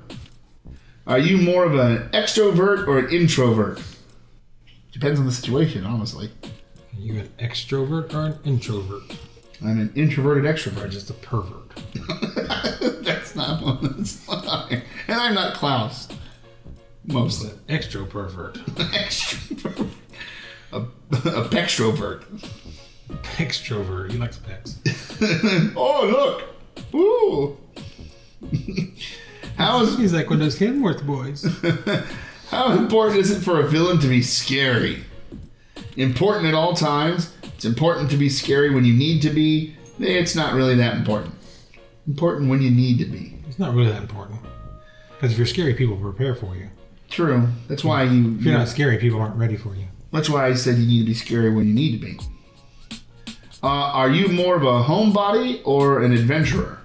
Speaker 4: Are you more of an extrovert or an introvert? Depends on the situation, honestly.
Speaker 3: Are you an extrovert or an introvert?
Speaker 4: I'm an introverted
Speaker 3: Or
Speaker 4: extrovert.
Speaker 3: just a pervert?
Speaker 4: That's not on this line. And I'm not Klaus.
Speaker 3: Just
Speaker 4: Mostly.
Speaker 3: an extro pervert.
Speaker 4: extrovert. A, a pextrovert.
Speaker 3: Extrovert. He likes pecs.
Speaker 4: oh, look. Ooh. how, is,
Speaker 3: He's like one of those Kenworth boys.
Speaker 4: how important is it for a villain to be scary? Important at all times. It's important to be scary when you need to be. It's not really that important. Important when you need to be.
Speaker 3: It's not really that important. Because if you're scary, people prepare for you.
Speaker 4: True. That's why you.
Speaker 3: If you're not scary, people aren't ready for you.
Speaker 4: That's why I said you need to be scary when you need to be. Uh, are you more of a homebody or an adventurer?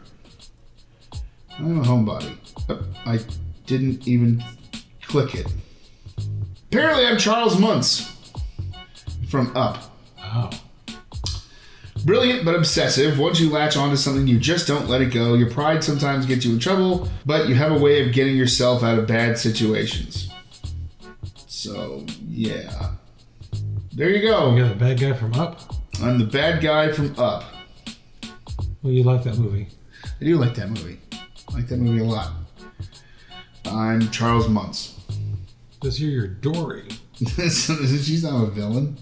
Speaker 4: I'm a homebody. Oh, I didn't even click it. Apparently, I'm Charles Muntz from Up.
Speaker 3: Oh.
Speaker 4: Brilliant but obsessive. Once you latch onto something, you just don't let it go. Your pride sometimes gets you in trouble, but you have a way of getting yourself out of bad situations. So, yeah. There you go.
Speaker 3: You're the bad guy from Up?
Speaker 4: I'm the bad guy from Up.
Speaker 3: Well, you like that movie.
Speaker 4: I do like that movie. I like that movie a lot. I'm Charles Muntz.
Speaker 3: This year, you're Dory.
Speaker 4: She's not a villain.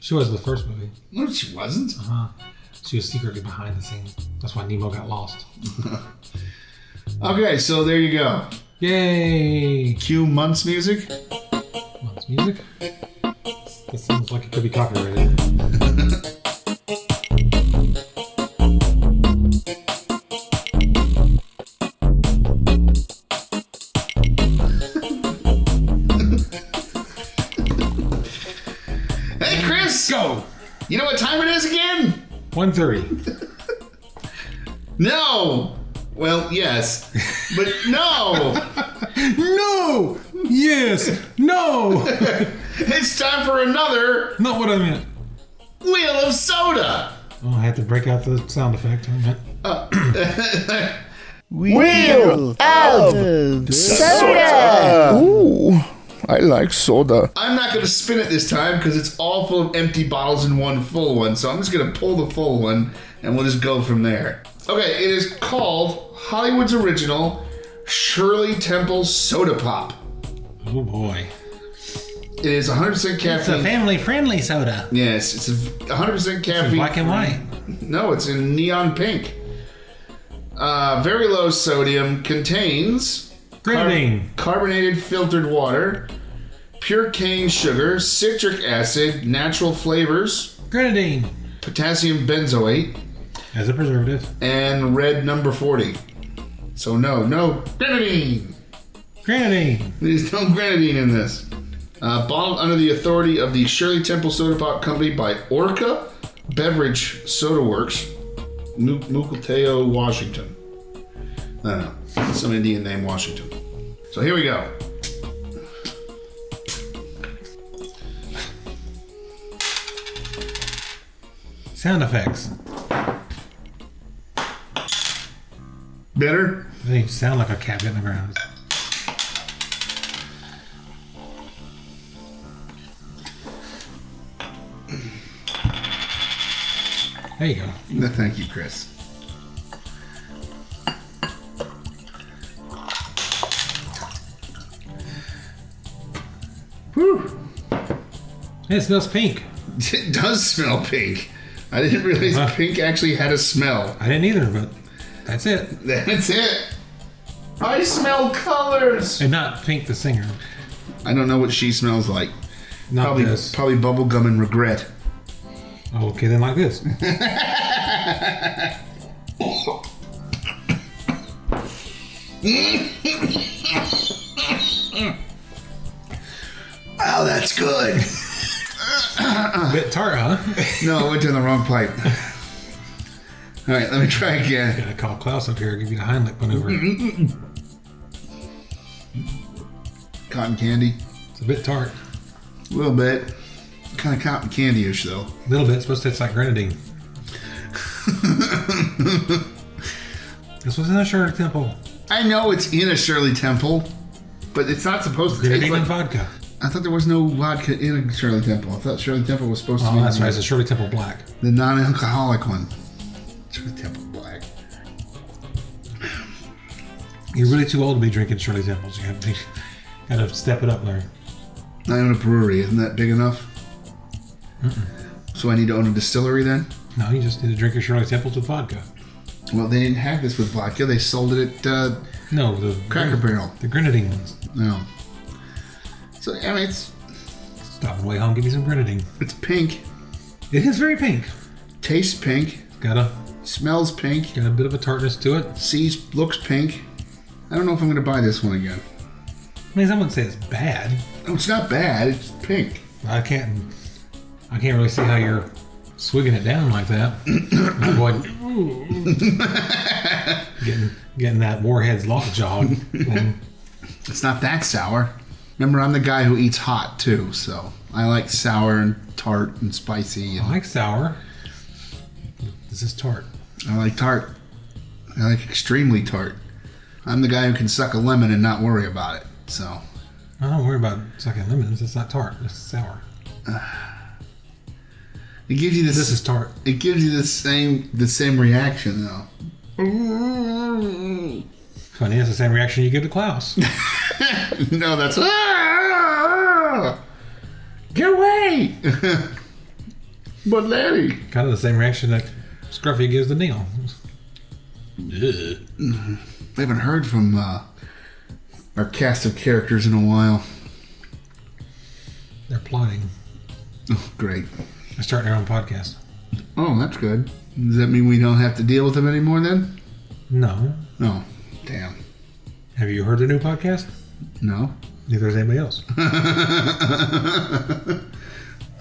Speaker 3: She was in the first movie.
Speaker 4: No, she wasn't.
Speaker 3: Huh. She was secretly behind the scenes. That's why Nemo got lost.
Speaker 4: Okay, so there you go.
Speaker 3: Yay!
Speaker 4: Cue Muntz music.
Speaker 3: Lots of music. This sounds like it could be copyrighted.
Speaker 4: Hey, Chris! Go! You know what time it is again?
Speaker 3: 130.
Speaker 4: No! Well, yes. But no!
Speaker 3: No! Yes! No!
Speaker 4: it's time for another
Speaker 3: Not what I meant.
Speaker 4: Wheel of Soda!
Speaker 3: Oh, I had to break out the sound effect. I meant.
Speaker 2: Wheel of Soda!
Speaker 1: Ooh, I like soda.
Speaker 4: I'm not going to spin it this time because it's all full of empty bottles and one full one. So I'm just going to pull the full one and we'll just go from there. Okay, it is called Hollywood's Original Shirley Temple Soda Pop.
Speaker 3: Oh boy.
Speaker 4: It is 100%
Speaker 3: It's a
Speaker 4: caffeine.
Speaker 3: family friendly soda.
Speaker 4: yes, it's 100% caffeine.
Speaker 3: Black and white.
Speaker 4: No, it's in neon pink. Uh, very low sodium. Contains Car-
Speaker 3: Grenadine.
Speaker 4: Carbonated filtered water, pure cane sugar, citric acid, natural flavors,
Speaker 3: Grenadine.
Speaker 4: potassium benzoate,
Speaker 3: As a preservative.
Speaker 4: and red number 40. So, no, no grenadine.
Speaker 3: Grenadine.
Speaker 4: There's no grenadine in this. Uh, bottled under the authority of the Shirley Temple Soda Pop Company by Orca Beverage Soda Works, Mu- Mukilteo, Washington. I don't know. Some Indian name, Washington. So, here we go.
Speaker 3: Sound effects.
Speaker 4: Bitter.
Speaker 3: They sound like a cat in the ground. There you go.
Speaker 4: No, thank you, Chris.
Speaker 3: It smells pink.
Speaker 4: It does smell pink. I didn't realize
Speaker 3: Huh.
Speaker 4: pink actually had a smell.
Speaker 3: I didn't either, but that's it.
Speaker 4: That's it. I smell colors.
Speaker 3: And not Pink the singer.
Speaker 4: I don't know what she smells like.
Speaker 3: Not
Speaker 4: Probably
Speaker 3: this. Oh,
Speaker 4: probably bubblegum and regret.
Speaker 3: okay, then like this.
Speaker 4: Wow, that's good.
Speaker 3: bit tart, huh?
Speaker 4: no, I went down the wrong pipe. All right, let me try again.
Speaker 3: Gotta call Klaus up here. Give you the Heimlich maneuver.
Speaker 4: Cotton candy.
Speaker 3: It's a bit tart.
Speaker 4: A little bit. Kind of cotton candy-ish, though.
Speaker 3: A little bit. It's supposed to taste like grenadine. this was in a Shirley Temple.
Speaker 4: I know it's in a Shirley Temple, but it's not supposed to taste
Speaker 3: Grenadine and
Speaker 4: like...
Speaker 3: vodka.
Speaker 4: I thought there was no vodka in a Shirley Temple. I thought Shirley Temple was supposed to be...
Speaker 3: Oh, that's
Speaker 4: the-
Speaker 3: right. It's a Shirley Temple Black.
Speaker 4: The non-alcoholic one. Shirley Temple Black.
Speaker 3: You're really too old to be drinking Shirley Temples. You gotta, be, gotta step it up, Larry.
Speaker 4: I own a brewery. Isn't that big enough? So I need to own a distillery then?
Speaker 3: No, you just need to drink your Shirley Temples with vodka.
Speaker 4: Well, they didn't have this with vodka. They sold it at uh,
Speaker 3: No, the
Speaker 4: Cracker Barrel.
Speaker 3: the grenadine ones.
Speaker 4: No. So I mean, it's
Speaker 3: Stop on the way home. Give me some grenadine.
Speaker 4: it's pink.
Speaker 3: It is very pink.
Speaker 4: Tastes pink.
Speaker 3: It's got a
Speaker 4: Smells pink.
Speaker 3: got a bit of a tartness to it.
Speaker 4: Sees looks pink. I don't know if I'm gonna buy this one again.
Speaker 3: I mean, I wouldn't say it's bad.
Speaker 4: No, it's not bad. It's pink.
Speaker 3: I can't. I can't really see how you're swigging it down like that. My boy, getting getting that warhead's lockjaw. and
Speaker 4: It's not that sour. Remember, I'm the guy who eats hot too, so I like sour and tart and spicy.
Speaker 3: I
Speaker 4: And
Speaker 3: like sour. This is tart.
Speaker 4: I like tart. I like extremely tart. I'm the guy who can suck a lemon and not worry about it. So
Speaker 3: I don't worry about sucking lemons. It's not tart. It's sour.
Speaker 4: it gives you this.
Speaker 3: This is tart.
Speaker 4: it gives you the same the same reaction though.
Speaker 3: Funny, it's the same reaction you give to Klaus.
Speaker 4: no, that's "Ah!" get away. but Larry,
Speaker 3: kind of the same reaction that Scruffy gives to Neil.
Speaker 4: we haven't heard from uh, our cast of characters in a while.
Speaker 3: They're plotting.
Speaker 4: Oh, great.
Speaker 3: They're starting their own podcast.
Speaker 4: Oh, that's good. Does that mean we don't have to deal with them anymore then?
Speaker 3: No.
Speaker 4: No. Damn.
Speaker 3: Have you heard the new podcast?
Speaker 4: No.
Speaker 3: Neither has anybody else.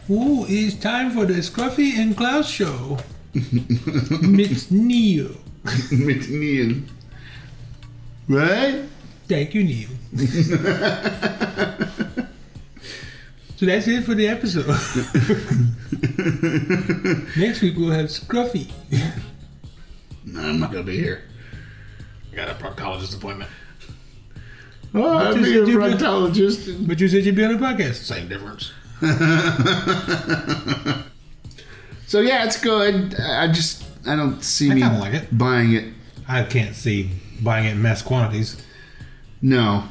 Speaker 3: Ooh, it's time for the Scruffy and Klaus show. it's Neil.
Speaker 4: Mit Neil. Right?
Speaker 3: Thank you, Neil. so that's it for the episode. Next week we'll have Scruffy.
Speaker 4: No, I'm not gonna be here.
Speaker 3: I got a proctologist appointment.
Speaker 4: Oh, I'll
Speaker 3: does
Speaker 4: be
Speaker 3: it
Speaker 4: a
Speaker 3: do to-
Speaker 4: proctologist.
Speaker 3: But you said you'd be on a podcast. Same difference.
Speaker 4: So yeah, it's good. I I just I don't see
Speaker 3: I
Speaker 4: me
Speaker 3: kinda like it.
Speaker 4: buying it.
Speaker 3: I can't see buying it in mass quantities.
Speaker 4: No,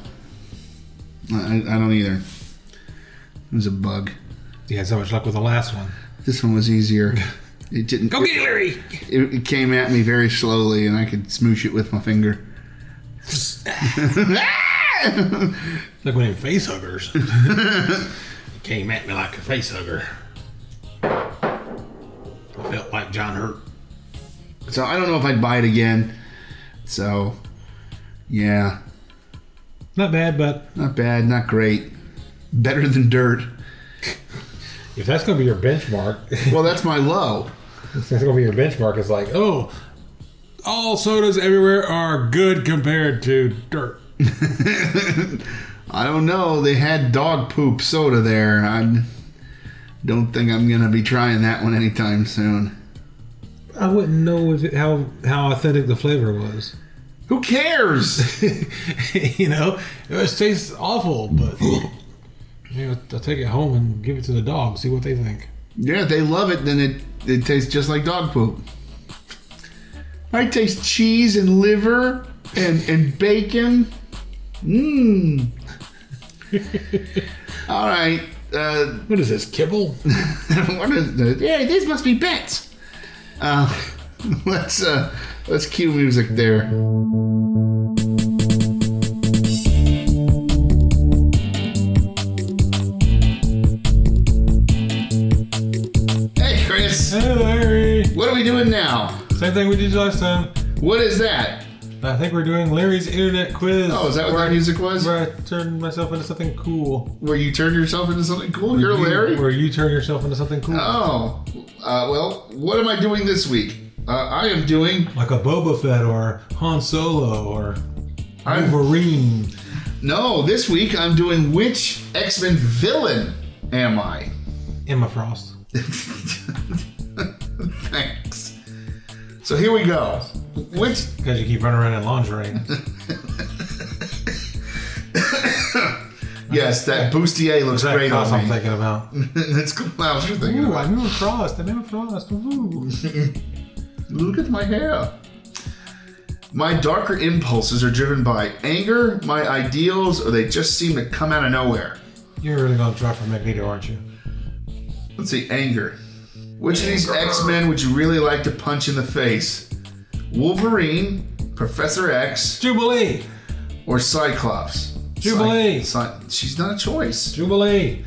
Speaker 4: I, I don't either. It was a bug.
Speaker 3: You had so much luck with the last one.
Speaker 4: This one was easier. It didn't.
Speaker 3: Go get it, Larry!
Speaker 4: It, it came at me very slowly, and I could smoosh it with my finger.
Speaker 3: Like one of them face huggers. Came at me like a face hugger. I felt like John Hurt.
Speaker 4: So I don't know if I'd buy it again. So, yeah,
Speaker 3: Not bad, but
Speaker 4: not bad, not great. Better than dirt.
Speaker 3: if that's gonna be your benchmark, if
Speaker 4: Well, that's my low.
Speaker 3: that's gonna be your benchmark. It's like, oh, all sodas everywhere are good compared to dirt.
Speaker 4: I don't know. They had dog poop soda there. I don't think I'm gonna be trying that one anytime soon.
Speaker 3: I wouldn't know if it, how how authentic the flavor was.
Speaker 4: Who cares?
Speaker 3: you know, it was, tastes awful, but you know, I'll take it home and give it to the dog, see what they think.
Speaker 4: yeah, if they love it, then it it tastes just like dog poop. I taste cheese and liver and and bacon. Mmm. All right. Uh,
Speaker 3: What is this kibble?
Speaker 4: what is this? Yeah, this must be bets. Uh, let's uh, let's cue music there. Hey, Chris,
Speaker 3: Hey, Larry.
Speaker 4: what are we doing now?
Speaker 3: Same thing we did last time.
Speaker 4: What is that?
Speaker 3: I think we're doing Larry's internet quiz.
Speaker 4: Oh, is that what our music was?
Speaker 3: where I turned myself into something cool?
Speaker 4: Where you turned yourself into something cool? You're Larry.
Speaker 3: Where you turn yourself into something cool?
Speaker 4: Oh, uh, well, what am I doing this week? Uh, I am doing
Speaker 3: Like a Boba Fett or Han Solo or
Speaker 4: I'm-
Speaker 3: Wolverine.
Speaker 4: No, this week I'm doing which X Men villain am I?
Speaker 3: Emma Frost.
Speaker 4: Thanks. So here we go. Which
Speaker 3: Because you keep running around in lingerie.
Speaker 4: yes, that bustier looks
Speaker 3: Is that
Speaker 4: great
Speaker 3: Frost I'm
Speaker 4: on me.
Speaker 3: thinking about?
Speaker 4: That's good. Wow, what you're thinking
Speaker 3: Ooh,
Speaker 4: about.
Speaker 3: I'm Emma Frost. I'm Emma Frost. Ooh.
Speaker 4: Look at my hair. My darker impulses are driven by anger, my ideals, or they just seem to come out of nowhere.
Speaker 3: You're really going to try for Magneto, aren't you?
Speaker 4: Let's see, anger. Which of these X Men would you really like to punch in the face? Wolverine, Professor X,
Speaker 3: Jubilee!
Speaker 4: or Cyclops.
Speaker 3: Jubilee.
Speaker 4: Cy- Cy- she's not a choice.
Speaker 3: Jubilee!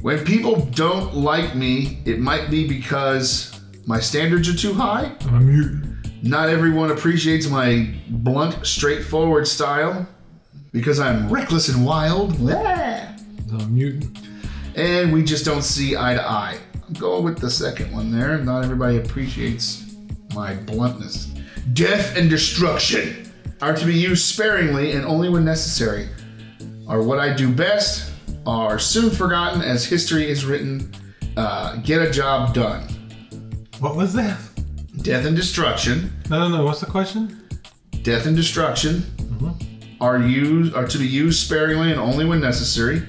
Speaker 4: When people don't like me, it might be because my standards are too high.
Speaker 3: I'm a mutant.
Speaker 4: Not everyone appreciates my blunt, straightforward style. Because I'm reckless and wild. Yeah.
Speaker 3: I'm a mutant.
Speaker 4: And we just don't see eye to eye. I'm going with the second one there. Not everybody appreciates my bluntness. Death and destruction are to be used sparingly and only when necessary. Are what I do best, are soon forgotten as history is written. Uh, get a job done.
Speaker 3: What was that?
Speaker 4: Death and destruction.
Speaker 3: No, no, no. What's the question?
Speaker 4: Death and destruction are used are to be used sparingly and only when necessary.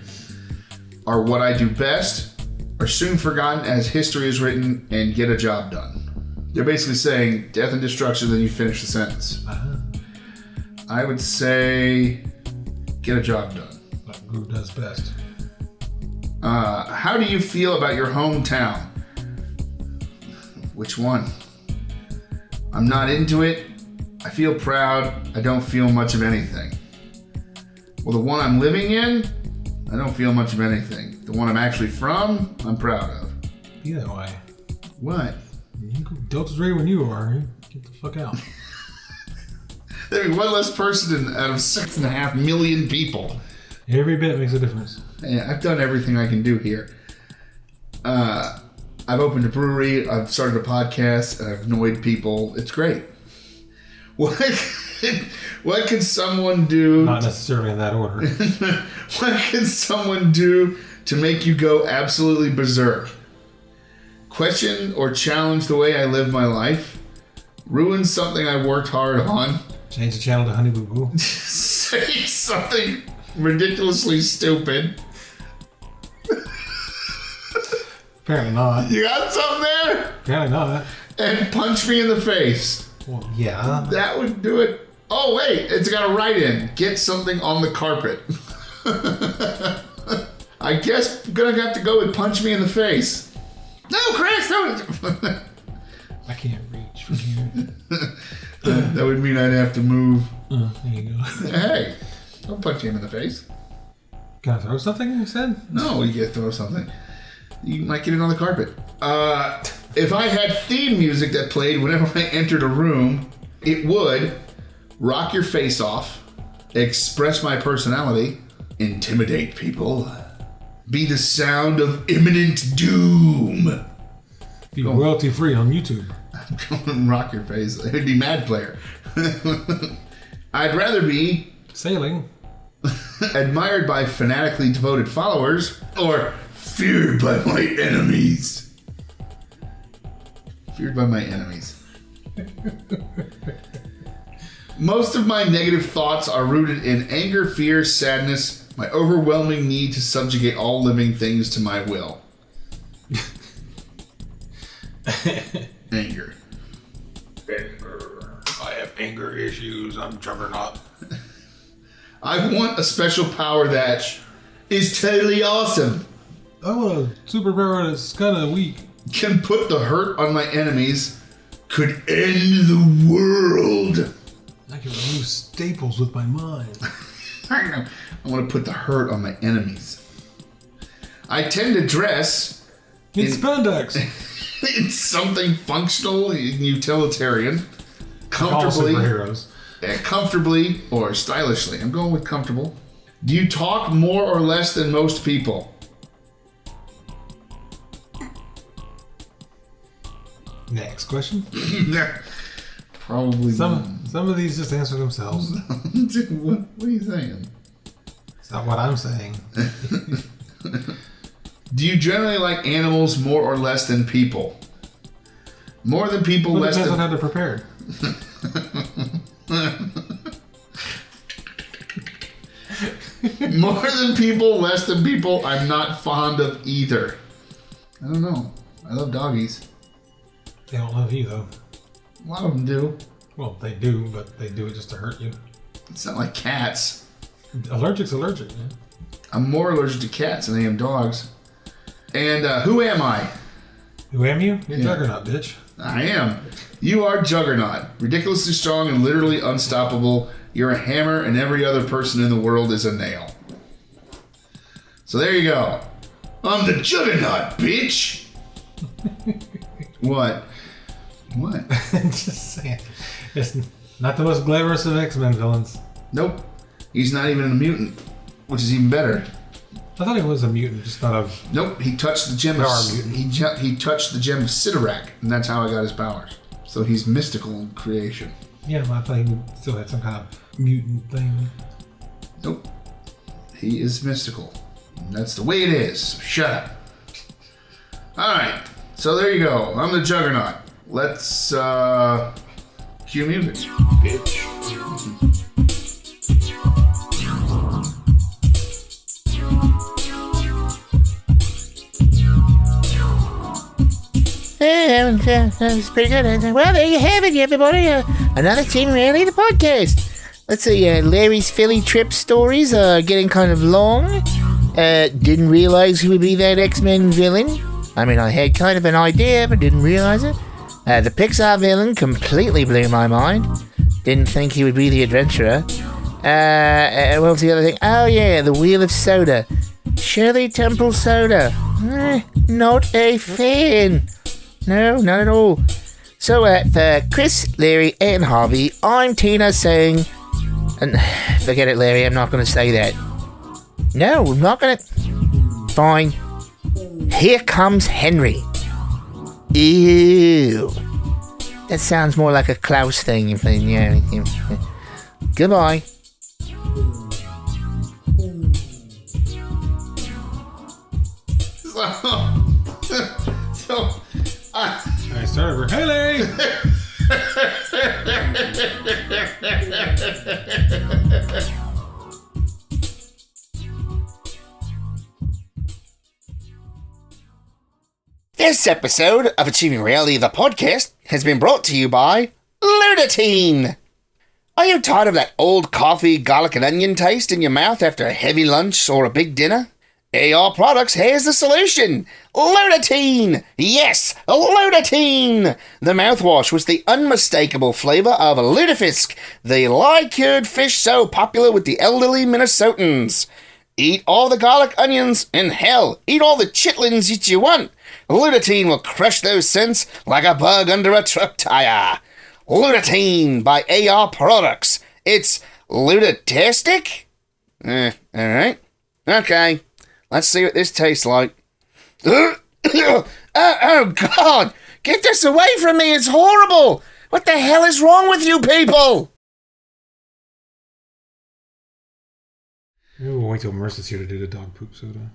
Speaker 4: Are what I do best. Are soon forgotten as history is written and get a job done. They're basically saying death and destruction. Then you finish the sentence. I would say get a job done.
Speaker 3: Like who does best?
Speaker 4: Uh, how do you feel about your hometown? Which one? I'm not into it. I feel proud. I don't feel much of anything. Well, the one I'm living in, I don't feel much of anything. The one I'm actually from, I'm proud of.
Speaker 3: Either way.
Speaker 4: What?
Speaker 3: You go- Delta's ready when you are. Get the fuck out.
Speaker 4: There'd be one less person in, out of six and a half million people.
Speaker 3: Every bit makes a difference.
Speaker 4: Yeah, I've done everything I can do here. Uh, I've opened a brewery. I've started a podcast. I've annoyed people. It's great. What? what can someone do?
Speaker 3: Not necessarily in that order.
Speaker 4: what can someone do to make you go absolutely berserk? Question or challenge the way I live my life. Ruin something I worked hard on.
Speaker 3: Change the channel to Honey Boo Boo.
Speaker 4: Say something ridiculously stupid.
Speaker 3: Apparently not.
Speaker 4: You got something there?
Speaker 3: Apparently not.
Speaker 4: And punch me in the face.
Speaker 3: Well, yeah.
Speaker 4: That would do it. Oh wait, it's got a write in. Get something on the carpet. I guess I'm gonna have to go with punch me in the face. No, Chris, that
Speaker 3: I can't reach from here.
Speaker 4: would, that would mean I'd have to move.
Speaker 3: Uh, there you go.
Speaker 4: Hey, don't punch him in the face.
Speaker 3: Can I throw something instead?
Speaker 4: No, you get to throw something. You might get it on the carpet. Uh, if I had theme music that played whenever I entered a room, it would rock your face off, express my personality, intimidate people, be the sound of imminent doom.
Speaker 3: Be royalty free on YouTube.
Speaker 4: rock your face. It'd be Mad Player. I'd rather be
Speaker 3: Sailing.
Speaker 4: admired by fanatically devoted followers, or feared by my enemies. Feared by my enemies. Most of my negative thoughts are rooted in anger, fear, sadness, my overwhelming need to subjugate all living things to my will. anger.
Speaker 3: I have anger issues. I'm juggernaut.
Speaker 4: I want a special power that is totally awesome.
Speaker 3: I want a superpower that's kind of weak.
Speaker 4: can put the hurt on my enemies, could end the world.
Speaker 3: I can remove staples with my mind.
Speaker 4: I want to put the hurt on my enemies. I tend to dress
Speaker 3: In
Speaker 4: In-
Speaker 3: spandex.
Speaker 4: in something functional and utilitarian,
Speaker 3: All
Speaker 4: comfortably,
Speaker 3: superheroes.
Speaker 4: eh, comfortably or stylishly. I'm going with comfortable. Do you talk more or less than most people?
Speaker 3: Next question.
Speaker 4: Probably.
Speaker 3: Some some of these just answer themselves.
Speaker 4: what, what are you saying?
Speaker 3: It's not what I'm saying.
Speaker 4: Do you generally like animals more or less than people? More than people,
Speaker 3: Well, it
Speaker 4: less
Speaker 3: depends
Speaker 4: than
Speaker 3: on how they're prepared.
Speaker 4: More than people, less than people, I'm not fond of either. I don't know. I love doggies.
Speaker 3: They don't love you though.
Speaker 4: A lot of them do.
Speaker 3: Well, they do, but they do it just to hurt you.
Speaker 4: It's not like cats.
Speaker 3: Allergic's allergic. Man.
Speaker 4: I'm more allergic to cats than I am dogs. And uh, who am I?
Speaker 3: Who am you? You're juggernaut, bitch.
Speaker 4: I am. You are Juggernaut, ridiculously strong and literally unstoppable. You're a hammer, and every other person in the world is a nail. So there you go. I'm the Juggernaut, bitch. what? What?
Speaker 3: just saying. It's not the most glamorous of X-Men villains.
Speaker 4: Nope. He's not even a mutant, which is even better.
Speaker 3: I thought he was a mutant, just not a.
Speaker 4: Nope. He touched the gem. Of,
Speaker 3: Power mutant.
Speaker 4: he ju- he touched the gem of Sidorak, and that's how I got his powers. So he's mystical creation.
Speaker 3: Yeah, I thought he would still had some kind of mutant thing.
Speaker 4: Nope. He is mystical. And that's the way it is. Shut up. All right. So there you go. I'm the Juggernaut. Let's uh, cue music.
Speaker 2: Yeah, that was, uh, that was pretty good. Uh, Well, there you have it, everybody. Uh, another Team Rally the podcast. Let's see, uh, Larry's Philly trip stories are getting kind of long. Uh, didn't realize he would be that X Men villain. I mean, I had kind of an idea, but didn't realize it. Uh, the Pixar villain completely blew my mind. Didn't think he would be the adventurer. Uh, uh, what was the other thing? Oh, yeah, the Wheel of Soda. Shirley Temple Soda. Eh, not a fan. No, not at all. So, uh, for Chris, Larry, and Harvey, I'm Tina saying. And forget it, Larry, I'm not going to say that. No, I'm not going to. Fine. Here comes Henry. Ew. That sounds more like a Klaus thing. If they, yeah. yeah. Goodbye.
Speaker 4: So, so I.
Speaker 3: I started over. Hey, Larry.
Speaker 2: This episode of Achieving Reality, the podcast, has been brought to you by Lunatine. Are you tired of that old coffee, garlic, and onion taste in your mouth after a heavy lunch or a big dinner? AR Products has the solution. Lodatine. Yes, Lodatine. The mouthwash with the unmistakable flavor of lutefisk, the lye-cured fish so popular with the elderly Minnesotans. Eat all the garlic onions and hell, eat all the chitlins that you want. Lutatine will crush those scents like a bug under a truck tire. Lutatine by AR Products. It's ludatastic? Eh, all right. Okay. Let's see what this tastes like. oh, oh, God! Get this away from me! It's horrible! What the hell is wrong with you people?
Speaker 3: Maybe we'll wait till Marissa's here to do the dog poop soda.